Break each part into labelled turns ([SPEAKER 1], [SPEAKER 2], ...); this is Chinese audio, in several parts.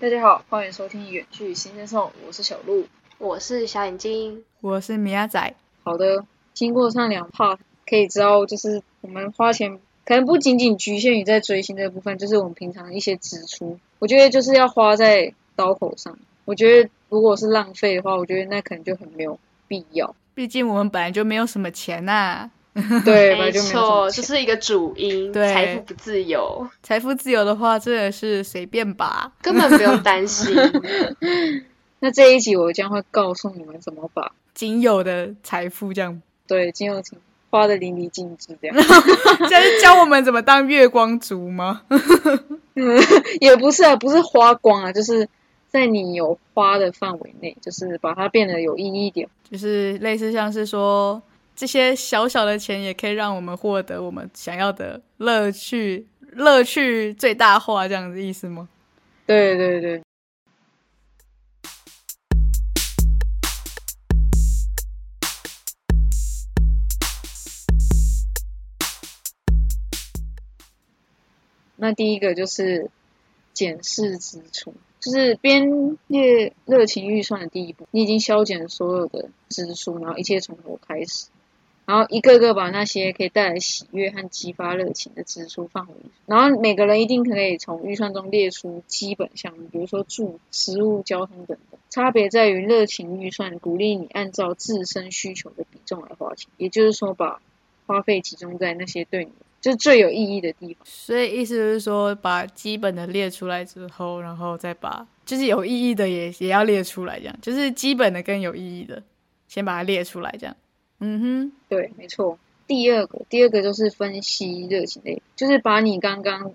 [SPEAKER 1] 大家好，欢迎收听《远距新生颂》，我是小鹿。
[SPEAKER 2] 我是小眼睛，
[SPEAKER 3] 我是米亚仔，
[SPEAKER 1] 好的，经过上两 part，可以知道就是我们花钱可能不仅仅局限于在追星这部分，就是我们平常一些支出，我觉得就是要花在刀口上。我觉得如果是浪费的话，我觉得那可能就很没有必 要。
[SPEAKER 3] 毕竟我们本来就没有什么钱呐、
[SPEAKER 1] 对，本来
[SPEAKER 2] 没
[SPEAKER 1] 就没有什么
[SPEAKER 2] 错，
[SPEAKER 1] 钱
[SPEAKER 2] 这是一个主因，
[SPEAKER 3] 对
[SPEAKER 2] 财富不自由，
[SPEAKER 3] 财富自由的话，真的是随便吧。
[SPEAKER 2] 根本不用担心。
[SPEAKER 1] 那这一集我将会告诉你们怎么把
[SPEAKER 3] 仅有的财富这样，
[SPEAKER 1] 对金融情花的淋漓尽致，这样
[SPEAKER 3] 这样是教我们怎么当月光族吗？
[SPEAKER 1] 也不是啊，不是花光啊，就是在你有花的范围内，就是把它变得有意义一点。
[SPEAKER 3] 就是类似像是说，这些小小的钱也可以让我们获得我们想要的乐趣，乐趣最大化这样的意思吗？
[SPEAKER 1] 对对对，那第一个就是检视支出，就是编列热情预算的第一步。你已经削减了所有的支出，然后一切从头开始，然后一个个把那些可以带来喜悦和激发热情的支出放回。然后每个人一定可以从预算中列出基本项目，比如说住、食物、交通等等。差别在于热情预算鼓励你按照自身需求的比重来花钱，也就是说把花费集中在那些对你就是最有意义的地方。
[SPEAKER 3] 所以意思就是说，把基本的列出来之后，然后再把就是有意义的也也要列出来，这样就是基本的跟有意义的，先把它列出来，这样。嗯哼，
[SPEAKER 1] 对，没错。第二个，第二个就是分析热情类，就是把你刚刚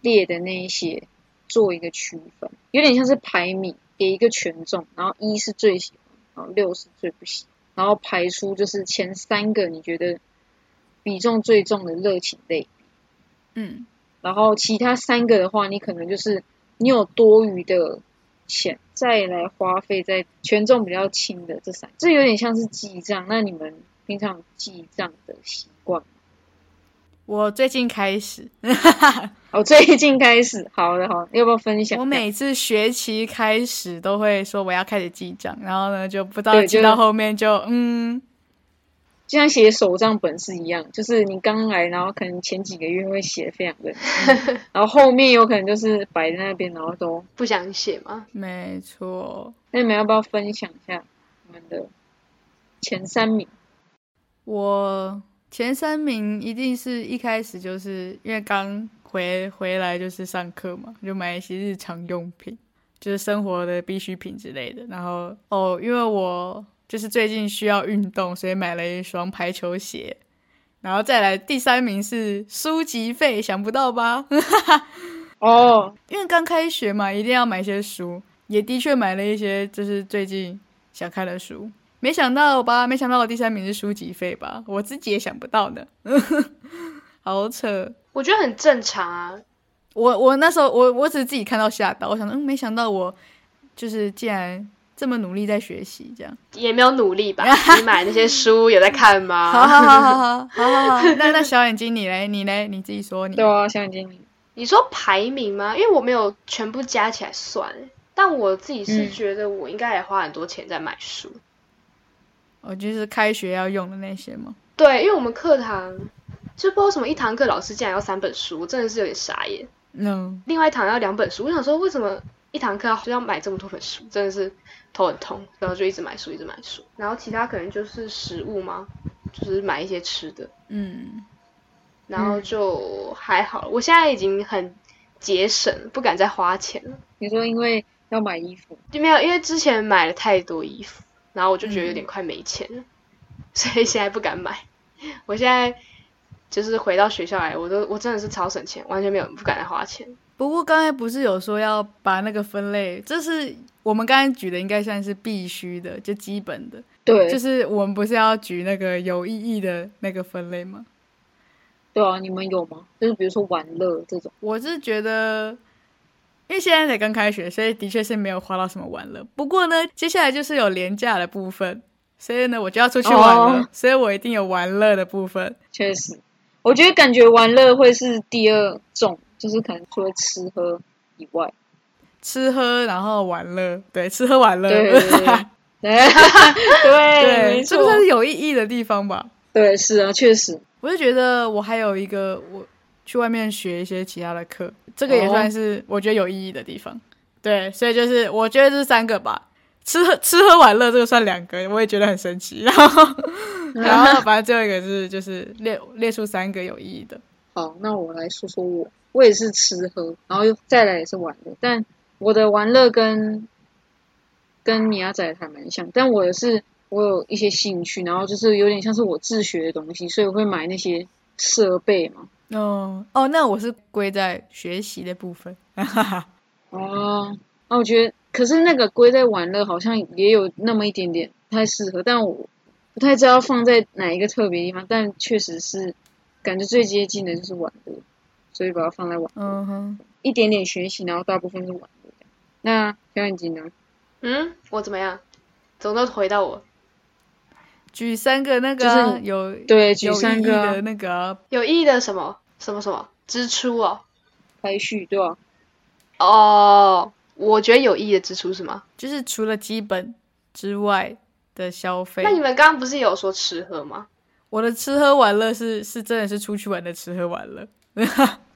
[SPEAKER 1] 列的那一些做一个区分，有点像是排名，给一个权重，然后一是最喜欢，然后六是最不喜欢，然后排出就是前三个你觉得比重最重的热情类，
[SPEAKER 3] 嗯，
[SPEAKER 1] 然后其他三个的话，你可能就是你有多余的钱再来花费在权重比较轻的这三，这有点像是记账。那你们平常有记账的习惯吗？
[SPEAKER 3] 我最近开始，
[SPEAKER 1] 哦，最近开始，好的好的，要不要分享一下？
[SPEAKER 3] 我每次学期开始都会说我要开始记账，然后呢就不到
[SPEAKER 1] 对
[SPEAKER 3] 记
[SPEAKER 1] 就
[SPEAKER 3] 到后面就嗯，
[SPEAKER 1] 就像写手账本是一样，就是你刚来，然后可能前几个月会写得非常认 真，然后后面有可能就是摆在那边，然后都。
[SPEAKER 2] 不想写吗？
[SPEAKER 3] 没错，
[SPEAKER 1] 那你们要不要分享一下你们的前三名？
[SPEAKER 3] 我前三名一定是一开始就是因为刚回回来就是上课嘛，就买一些日常用品，就是生活的必需品之类的。然后哦，因为我就是最近需要运动，所以买了一双排球鞋。然后再来第三名是书籍费，想不到吧？
[SPEAKER 1] 哦，
[SPEAKER 3] 因为刚开学嘛，一定要买一些书，也的确买了一些，就是最近想看的书。没想到吧，没想到我第三名是书籍费吧，我自己也想不到呢，好扯。
[SPEAKER 2] 我觉得很正常啊，
[SPEAKER 3] 我我那时候我我只是自己看到吓到，我想说嗯，没想到我就是竟然这么努力在学习，这样。
[SPEAKER 2] 也没有努力吧？你买那些书有在看吗？
[SPEAKER 3] 好好好好好好好好，那那小眼睛你嘞你嘞你自己说你
[SPEAKER 1] 对啊，小眼睛你，
[SPEAKER 2] 你说排名吗？因为我没有全部加起来算，但我自己是
[SPEAKER 1] 嗯
[SPEAKER 2] 觉得我应该也花很多钱在买书。
[SPEAKER 3] 我就是开学要用的那些吗？
[SPEAKER 2] 对，因为我们课堂就不知道为什么一堂课老师竟然要三本书，我真的是有点傻眼。
[SPEAKER 3] 嗯，
[SPEAKER 2] 另外一堂要两本书，我想说为什么一堂课要要买这么多本书，真的是头很痛，然后就一直买书，一直买书。然后其他可能就是食物嘛，就是买一些吃的，
[SPEAKER 3] 嗯，
[SPEAKER 2] 然后就还好。我现在已经很节省，不敢再花钱了，
[SPEAKER 1] 你说因为要买衣服，
[SPEAKER 2] 就没有因为之前买了太多衣服，然后我就觉得有点快没钱了，所以现在不敢买。我现在就是回到学校来，我都我真的是超省钱，完全没有不敢再花钱。
[SPEAKER 3] 不过刚才不是有说要把那个分类，这是我们刚才举的，应该算是必须的，就基本的。
[SPEAKER 1] 对，
[SPEAKER 3] 就是我们不是要举那个有意义的那个分类吗？
[SPEAKER 1] 对啊，你们有吗？就是比如说玩乐这种，
[SPEAKER 3] 我是觉得，因为现在才刚开学，所以的确是没有花到什么玩乐。不过呢，接下来就是有廉价的部分，所以呢，我就要出去玩了
[SPEAKER 1] 哦
[SPEAKER 3] 所以我一定有玩乐的部分。
[SPEAKER 1] 确实，我觉得感觉玩乐会是第二重，就是可能除了吃喝以外，
[SPEAKER 3] 吃喝，然后玩乐，对，吃喝玩乐，
[SPEAKER 1] 对对 对对，没
[SPEAKER 3] 对，这
[SPEAKER 1] 错
[SPEAKER 3] 个，算是有意义的地方吧。
[SPEAKER 1] 对，是啊，确实，
[SPEAKER 3] 我就觉得我还有一个，我去外面学一些其他的课，这个也
[SPEAKER 1] 哦
[SPEAKER 3] 算是我觉得有意义的地方。对，所以就是我觉得这三个吧，吃喝吃喝玩乐这个算两个，我也觉得很神奇。然 后然后反正最后一个是就是列列出三个有意义的。
[SPEAKER 1] 好，那我来说说我，我也是吃喝，然后又再来也是玩乐，但我的玩乐跟跟米亚仔还蛮像，但我也是我有一些兴趣，然后就是有点像是我自学的东西，所以我会买那些设备嘛。
[SPEAKER 3] 哦哦，那我是归在学习的部分。
[SPEAKER 1] 哦，那我觉得，可是那个归在玩乐好像也有那么一点点不太适合，但我不太知道放在哪一个特别地方，但确实是感觉最接近的就是玩乐，所以把它放在玩乐。
[SPEAKER 3] 嗯哼，
[SPEAKER 1] 一点点学习，然后大部分是玩的。那小眼睛呢？
[SPEAKER 2] 嗯，我怎么样？总都回到我
[SPEAKER 3] 举三个那个啊、
[SPEAKER 1] 就是
[SPEAKER 3] 有
[SPEAKER 1] 对举
[SPEAKER 3] 有意
[SPEAKER 1] 三
[SPEAKER 3] 义
[SPEAKER 1] 个啊
[SPEAKER 3] 的那个啊、
[SPEAKER 2] 有意义的什么什么什么支出哦。
[SPEAKER 1] 排序对吧、
[SPEAKER 2] 哦，我觉得有意义的支出是吗？
[SPEAKER 3] 就是除了基本之外的消费
[SPEAKER 2] 那。你们刚刚不是有说吃喝吗？
[SPEAKER 3] 我的吃喝玩乐是是真的是出去玩的吃喝玩乐。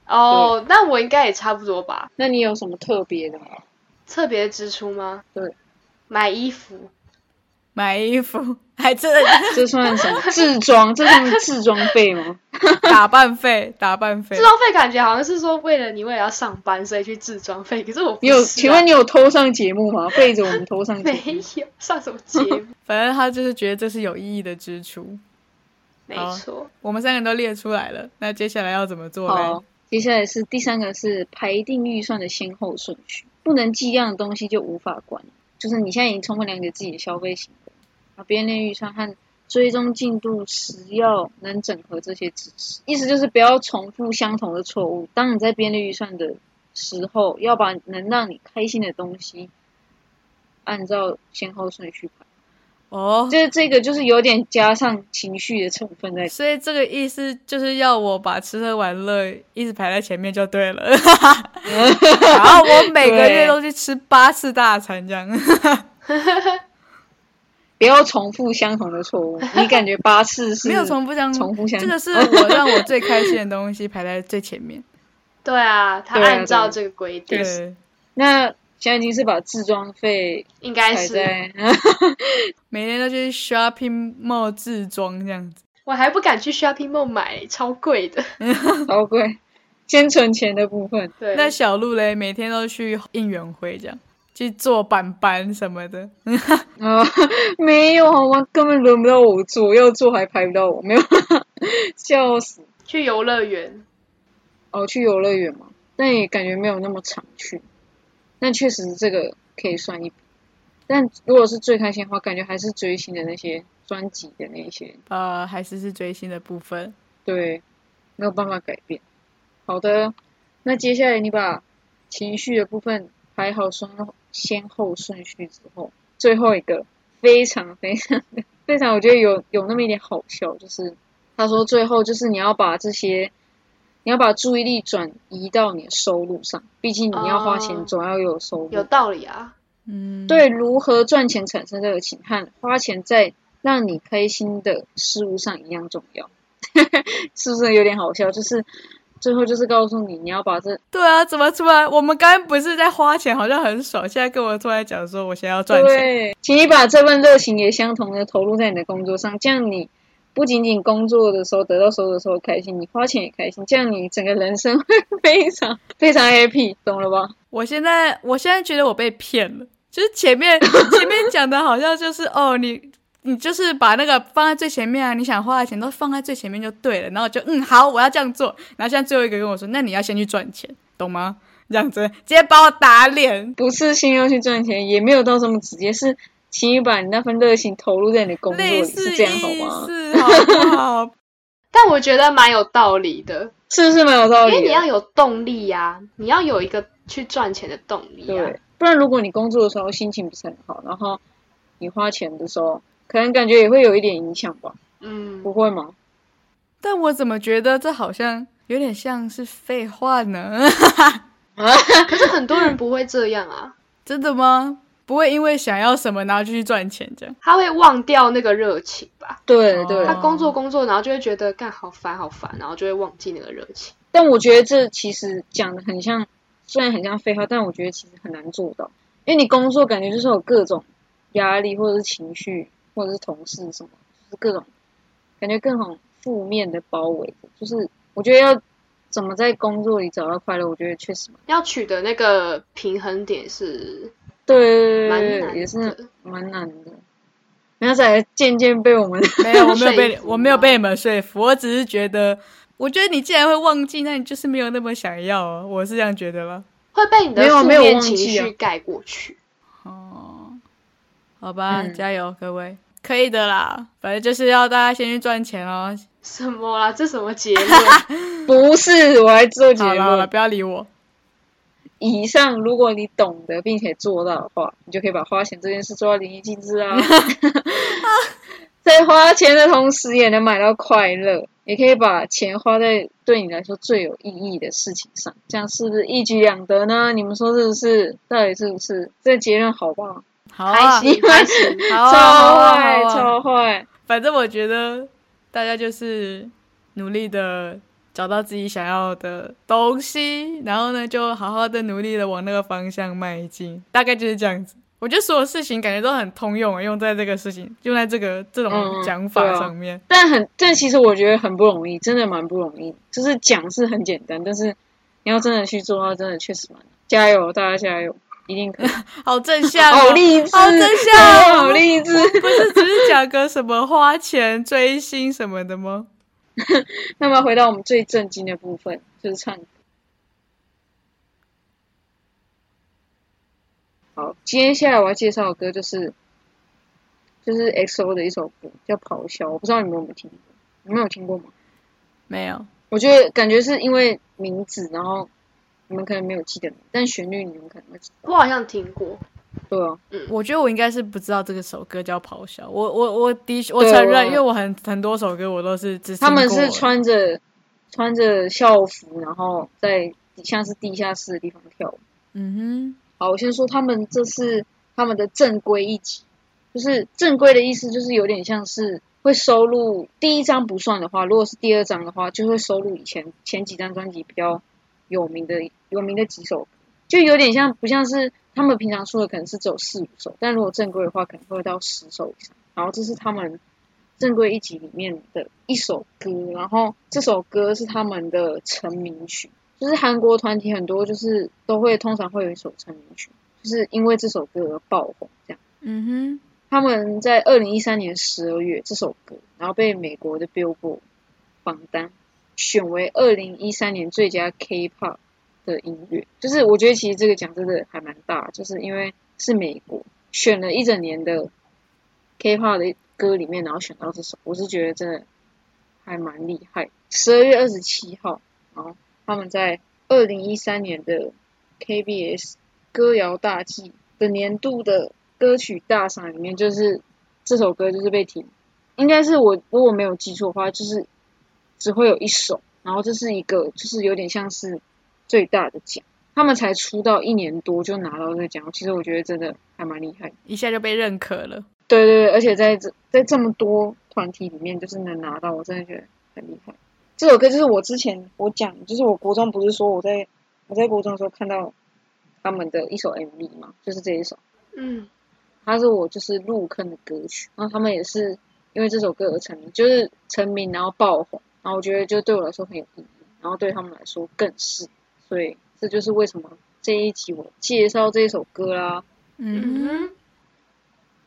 [SPEAKER 2] 哦，那我应该也差不多吧。
[SPEAKER 1] 那你有什么特别的吗？
[SPEAKER 2] 特别支出吗？
[SPEAKER 1] 对，
[SPEAKER 2] 买衣服。
[SPEAKER 3] 买衣服， 还真的
[SPEAKER 1] 这算什么？自装？这算自装费吗？
[SPEAKER 3] 打扮费， 打扮费
[SPEAKER 2] 自。装费感觉好像是说为了你为了要上班，所以去自装费。可是我不
[SPEAKER 1] 你有？
[SPEAKER 2] 是啊
[SPEAKER 1] 请问你有偷上节目吗？背着我们偷上节
[SPEAKER 2] 没
[SPEAKER 1] 目？
[SPEAKER 2] 有上什么节 目？
[SPEAKER 3] 反正他就是觉得这是有意义的支出。
[SPEAKER 2] 没
[SPEAKER 3] 好
[SPEAKER 2] 错，
[SPEAKER 3] 我们三个人都列出来了，那接下来要怎么做呢
[SPEAKER 1] 好？，哦接下来是第三个是排定预算的先后顺序，不能计量的东西就无法管理。就是你现在已经充分了解自己的消费行为，啊，编列预算和追踪进度时要能整合这些知识，意思就是不要重复相同的错误。当你在编列预算的时候，要把能让你开心的东西按照先后顺序排。
[SPEAKER 3] 哦，
[SPEAKER 1] 就是这个就是有点加上情绪的成分在里面
[SPEAKER 3] 所以这个意思就是要我把吃喝玩乐一直排在前面就对 了。然后我每个月都去吃八次大餐，这样。
[SPEAKER 1] 不要重复相同的错误。你感觉八次是
[SPEAKER 3] 没有重复相
[SPEAKER 1] 重复相
[SPEAKER 3] 这个是我让我最开心的东西排在最前面。
[SPEAKER 2] 对啊，他
[SPEAKER 1] 对啊
[SPEAKER 2] 按照这个规
[SPEAKER 1] 哦
[SPEAKER 2] 定，
[SPEAKER 3] 对，
[SPEAKER 1] 那现在已经是把自装费
[SPEAKER 2] 应该
[SPEAKER 1] 排
[SPEAKER 2] 是
[SPEAKER 1] 在，
[SPEAKER 3] 每天都去 shopping mall 自装这样子。
[SPEAKER 2] 我还不敢去 shopping mall 买，超贵的。
[SPEAKER 1] 好贵，先存钱的部分。
[SPEAKER 2] 对，
[SPEAKER 3] 那小鹿嘞，每天都去应援会这样，去做板板什么的。
[SPEAKER 1] 啊、没有好吗？根本轮不到我做，要做还排不到我，没有，笑死。
[SPEAKER 2] 去游乐园，
[SPEAKER 1] 哦，去游乐园嘛，但也感觉没有那么常去。但确实这个可以算一笔。但如果是最开心的话，感觉还是追星的那些专辑的那些，
[SPEAKER 3] 呃，还是是追星的部分。
[SPEAKER 1] 对，没有办法改变。好的，那接下来你把情绪的部分排好先后先后顺序之后，最后一个非常非常非常，我觉得有有那么一点好笑，就是他说最后就是你要把这些，你要把注意力转移到你的收入上，毕竟你要花
[SPEAKER 2] 哦
[SPEAKER 1] 钱，总要有收入。
[SPEAKER 2] 有道理啊。
[SPEAKER 3] 嗯，，
[SPEAKER 1] 对如何赚钱产生热情和花钱在让你开心的事物上一样重要， 是不是有点好笑？就是最后就是告诉你，你要把这
[SPEAKER 3] 对啊，怎么突然？我们刚刚不是在花钱，好像很爽，现在跟我突然讲说我现在要赚钱。
[SPEAKER 1] 对，请你把这份热情也相同的投入在你的工作上，这样你不仅仅工作的时候得到收入的时候开心，你花钱也开心，这样你整个人生会 非常非常 happy，懂了吧？
[SPEAKER 3] 我现在，我现在觉得我被骗了，就是前面 前面讲的好像就是哦，你你就是把那个放在最前面啊，你想花的钱都放在最前面就对了，然后我就嗯好，我要这样做。然后现在最后一个跟我说，那你要先去赚钱，懂吗？这样子直接把我打脸。
[SPEAKER 1] 不是先要去赚钱，也没有到这么直接，是请你把你那份热情投入在你的工作
[SPEAKER 3] 类
[SPEAKER 1] 里，
[SPEAKER 3] 似
[SPEAKER 1] 是
[SPEAKER 3] 意
[SPEAKER 1] 这样好吗？
[SPEAKER 3] 思，好不好？
[SPEAKER 2] 但我觉得蛮有道理的，
[SPEAKER 1] 是不是蛮有道
[SPEAKER 2] 因
[SPEAKER 1] 理的？啊
[SPEAKER 2] 为你要有动力呀、你要有一个去赚钱的动力啊呀、
[SPEAKER 1] 对，不然如果你工作的时候心情不是很好，然后你花钱的时候，可能感觉也会有一点影响吧？
[SPEAKER 2] 嗯，
[SPEAKER 1] 不会吗？
[SPEAKER 3] 但我怎么觉得这好像有点像是废话呢？
[SPEAKER 2] 可是很多人不会这样啊，
[SPEAKER 3] 真的吗？不会因为想要什么然后就去赚钱这样？
[SPEAKER 2] 他会忘掉那个热情吧。
[SPEAKER 1] 对对，啊
[SPEAKER 2] 他
[SPEAKER 3] 哦
[SPEAKER 2] 工作工作，然后就会觉得干好烦好烦，然后就会忘记那个热情。
[SPEAKER 1] 但我觉得这其实讲的很像，虽然很像废话，但我觉得其实很难做到，因为你工作感觉就是有各种压力，或者是情绪，或者是同事什么，就是各种感觉各种负面的包围着。就是我觉得要怎么在工作里找到快乐，我觉得确实蛮
[SPEAKER 2] 要取得那个平衡点是
[SPEAKER 1] 对，
[SPEAKER 2] 蛮难
[SPEAKER 1] 也是
[SPEAKER 2] 的。
[SPEAKER 1] 蛮难的。苗仔渐渐被我们
[SPEAKER 3] 没 有，我没有
[SPEAKER 2] 说
[SPEAKER 3] 被
[SPEAKER 2] 服吗
[SPEAKER 3] 我没有被你们说服，我只是觉得，我觉得你既然会忘记，那你就是没有那么想要啊，我是这样觉得啦。
[SPEAKER 2] 会被你的
[SPEAKER 1] 没有
[SPEAKER 2] 负
[SPEAKER 1] 没有
[SPEAKER 2] 面
[SPEAKER 1] 忘
[SPEAKER 2] 情
[SPEAKER 1] 记啊
[SPEAKER 2] 绪盖过去。
[SPEAKER 3] 哦，好吧，
[SPEAKER 1] 嗯
[SPEAKER 3] 加油各位，可以的啦，反正就是要大家先去赚钱哦。
[SPEAKER 2] 什么啦？这什么 结论？
[SPEAKER 1] 不是我来做结
[SPEAKER 3] 好了好了，
[SPEAKER 1] 论。
[SPEAKER 3] 不要理我。
[SPEAKER 1] 以上，如果你懂得并且做到的话，你就可以把花钱这件事做到淋漓尽致啊。 在花钱的同时，也能买到快乐，也可以把钱花在对你来说最有意义的事情上，这样是不是一举两得呢？你们说是不是？到底是不是？这结论好不好？
[SPEAKER 3] 好
[SPEAKER 2] 还
[SPEAKER 3] 啊，
[SPEAKER 2] 行还行。
[SPEAKER 3] 好啊，好
[SPEAKER 1] 超
[SPEAKER 3] 啊
[SPEAKER 1] 坏，，
[SPEAKER 3] 好啊
[SPEAKER 1] 超坏！
[SPEAKER 3] 反正我觉得大家就是努力的找到自己想要的东西，然后呢，就好好的努力的往那个方向迈进，大概就是这样子。我觉得所有事情感觉都很通用，用在这个事情，用在这个这种
[SPEAKER 1] 嗯
[SPEAKER 3] 讲
[SPEAKER 1] 对
[SPEAKER 3] 法
[SPEAKER 1] 啊
[SPEAKER 3] 上面。
[SPEAKER 1] 但很，但其实我觉得很不容易，真的蛮不容易。就是讲是很简单，但是你要真的去做到，真的确实蛮难。加油，大家加油，一定可以！
[SPEAKER 3] 好正向、
[SPEAKER 1] 好
[SPEAKER 3] 哦，
[SPEAKER 1] 励志，
[SPEAKER 3] 好正向、
[SPEAKER 1] 好励志。
[SPEAKER 3] 不是只是讲个什么花 钱追星什么的吗？
[SPEAKER 1] 那么回到我们最震惊的部分，就是唱歌。好，接下来我要介绍的歌就是就是 XO 的一首歌，叫《咆哮》，我不知道你们有没有听过，你们有听过吗？
[SPEAKER 3] 没有，
[SPEAKER 1] 我觉得感觉是因为名字，然后你们可能没有记得，但旋律你们可能会知道。
[SPEAKER 2] 我好像听过，
[SPEAKER 1] 对啊，
[SPEAKER 3] 我觉得我应该是不知道这个首歌叫《咆哮》我。我我的确，我
[SPEAKER 1] 对
[SPEAKER 3] 承
[SPEAKER 1] 我
[SPEAKER 3] 认，因为我很很多首歌我都啊是只
[SPEAKER 1] 他们
[SPEAKER 3] 听过
[SPEAKER 1] 是穿着穿着校服，然后在底像是地下室的地方跳舞。
[SPEAKER 3] 嗯
[SPEAKER 1] 好，我先说他们这是他们的正规一集，就是正规的意思，就是有点像是会收录第一张不算的话，如果是第二张的话，就会收录以前前几张专辑比较有名的有名的几首歌，就有点像不像是他们平常出的可能是只有四五首，但如果正规的话，可能会到十首以上。然后这是他们正规一集里面的一首歌，然后这首歌是他们的成名曲，就是韩国团体很多就是都会通常会有一首成名曲，就是因为这首歌而爆红这样。
[SPEAKER 3] 哼，嗯
[SPEAKER 1] 他们在二零一三年十二月这首歌，然后被美国的 Billboard 榜单选为二零一三年最佳 K-pop 的音乐。就是我觉得其实这个奖真的还蛮大，就是因为是美国选了一整年的 K-pop 的歌里面，然后选到这首，我是觉得真的还蛮厉害。十二月二十七号，然后他们在二零一三年的 KBS 歌谣大祭的年度的歌曲大赏里面，就是这首歌就是被提，应该是我如果没有记错的话，就是只会有一首，然后这是一个就是有点像是最大的奖。他们才出道一年多就拿到这个奖，其实我觉得真的还蛮厉害的。
[SPEAKER 3] 哼，一下就被认可了。
[SPEAKER 1] 对对对，而且在这在这么多团体里面，就是能拿到，我真的觉得很厉害。这首歌就是我之前我讲，就是我国中不是说我在我在国中的时候看到他们的一首 MV 嘛，就是这一首，
[SPEAKER 2] 嗯，
[SPEAKER 1] 它是我就是入坑的歌曲，然后他们也是因为这首歌而成名，就是成名然后爆红，然后我觉得就对我来说很有意义，然后对他们来说更是，所以这就是为什么这一集我介绍这一首歌啦、
[SPEAKER 3] 嗯哼，
[SPEAKER 2] 嗯，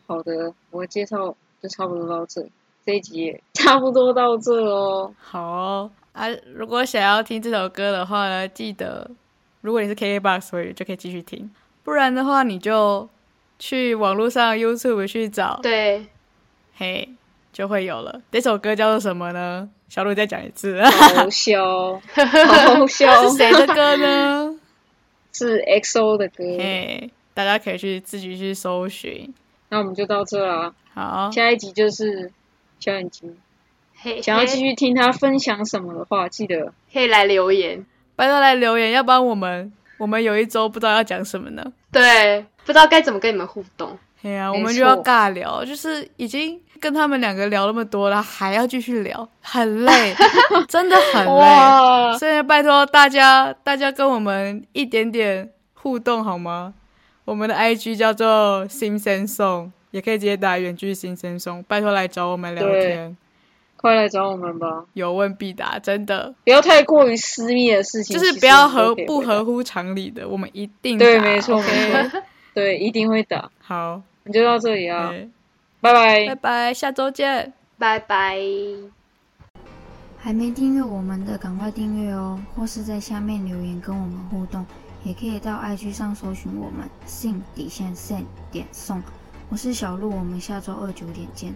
[SPEAKER 1] 好的，我的介绍就差不多到这，这一集也差不多到这哦。
[SPEAKER 3] 好哦、啊！如果想要听这首歌的话呢，记得如果你是 KKBOX 会员就可以继续听，不然的话你就去网络上 YouTube 去找，
[SPEAKER 2] 对，
[SPEAKER 3] 嘿，就会有了。这首歌叫做什么呢？小鲁再讲一次，
[SPEAKER 1] 好笑，哦好笑， 哦
[SPEAKER 3] 是谁的歌呢？
[SPEAKER 1] 是 XO 的歌。
[SPEAKER 3] 嘿，大家可以去自己去搜寻。
[SPEAKER 1] 那我们就到这啦，
[SPEAKER 3] 好，
[SPEAKER 1] 下一集就是小眼睛。
[SPEAKER 2] 嘿，
[SPEAKER 1] 想要继
[SPEAKER 2] 嘿
[SPEAKER 1] 续听他分享什么的话，记得
[SPEAKER 2] 可以来留言。
[SPEAKER 3] 拜托来留言，要不然我们我们有一周不知道要讲什么呢。
[SPEAKER 2] 对，不知道该怎么跟你们互动。
[SPEAKER 3] 哎呀、
[SPEAKER 1] 没
[SPEAKER 3] 我们就要
[SPEAKER 1] 错
[SPEAKER 3] 尬聊，就是已经跟他们两个聊那么多了，还要继续聊，很累，真的很累。
[SPEAKER 1] 哇，
[SPEAKER 3] 所以拜托大家，大家跟我们一点点互动好吗？我们的 IG 叫做新生颂，也可以直接打远距新生颂，拜托来找我们聊
[SPEAKER 1] 对
[SPEAKER 3] 天，
[SPEAKER 1] 快来找我们吧！
[SPEAKER 3] 有问必答，真的
[SPEAKER 1] 不要太过于私密的事情，
[SPEAKER 3] 就是
[SPEAKER 1] 其实
[SPEAKER 3] 不
[SPEAKER 1] 我
[SPEAKER 3] 要
[SPEAKER 1] 们都
[SPEAKER 3] 合
[SPEAKER 1] 可以
[SPEAKER 3] 不
[SPEAKER 1] 回答
[SPEAKER 3] 合乎常理的，我们一定
[SPEAKER 1] 对，
[SPEAKER 3] 答
[SPEAKER 1] 没错
[SPEAKER 3] OK？
[SPEAKER 1] 没 错，对，一定会打。
[SPEAKER 3] 好，
[SPEAKER 1] 你就到这里啊，
[SPEAKER 3] 对
[SPEAKER 1] 拜拜
[SPEAKER 3] 拜。拜，下周见。
[SPEAKER 2] 拜拜。
[SPEAKER 4] 还没订阅我们的，赶快订阅哦，或是在下面留言跟我们互动，也可以到 IG 上搜寻我们信底线 s 点送。我是小鹿，我们下周二九点见。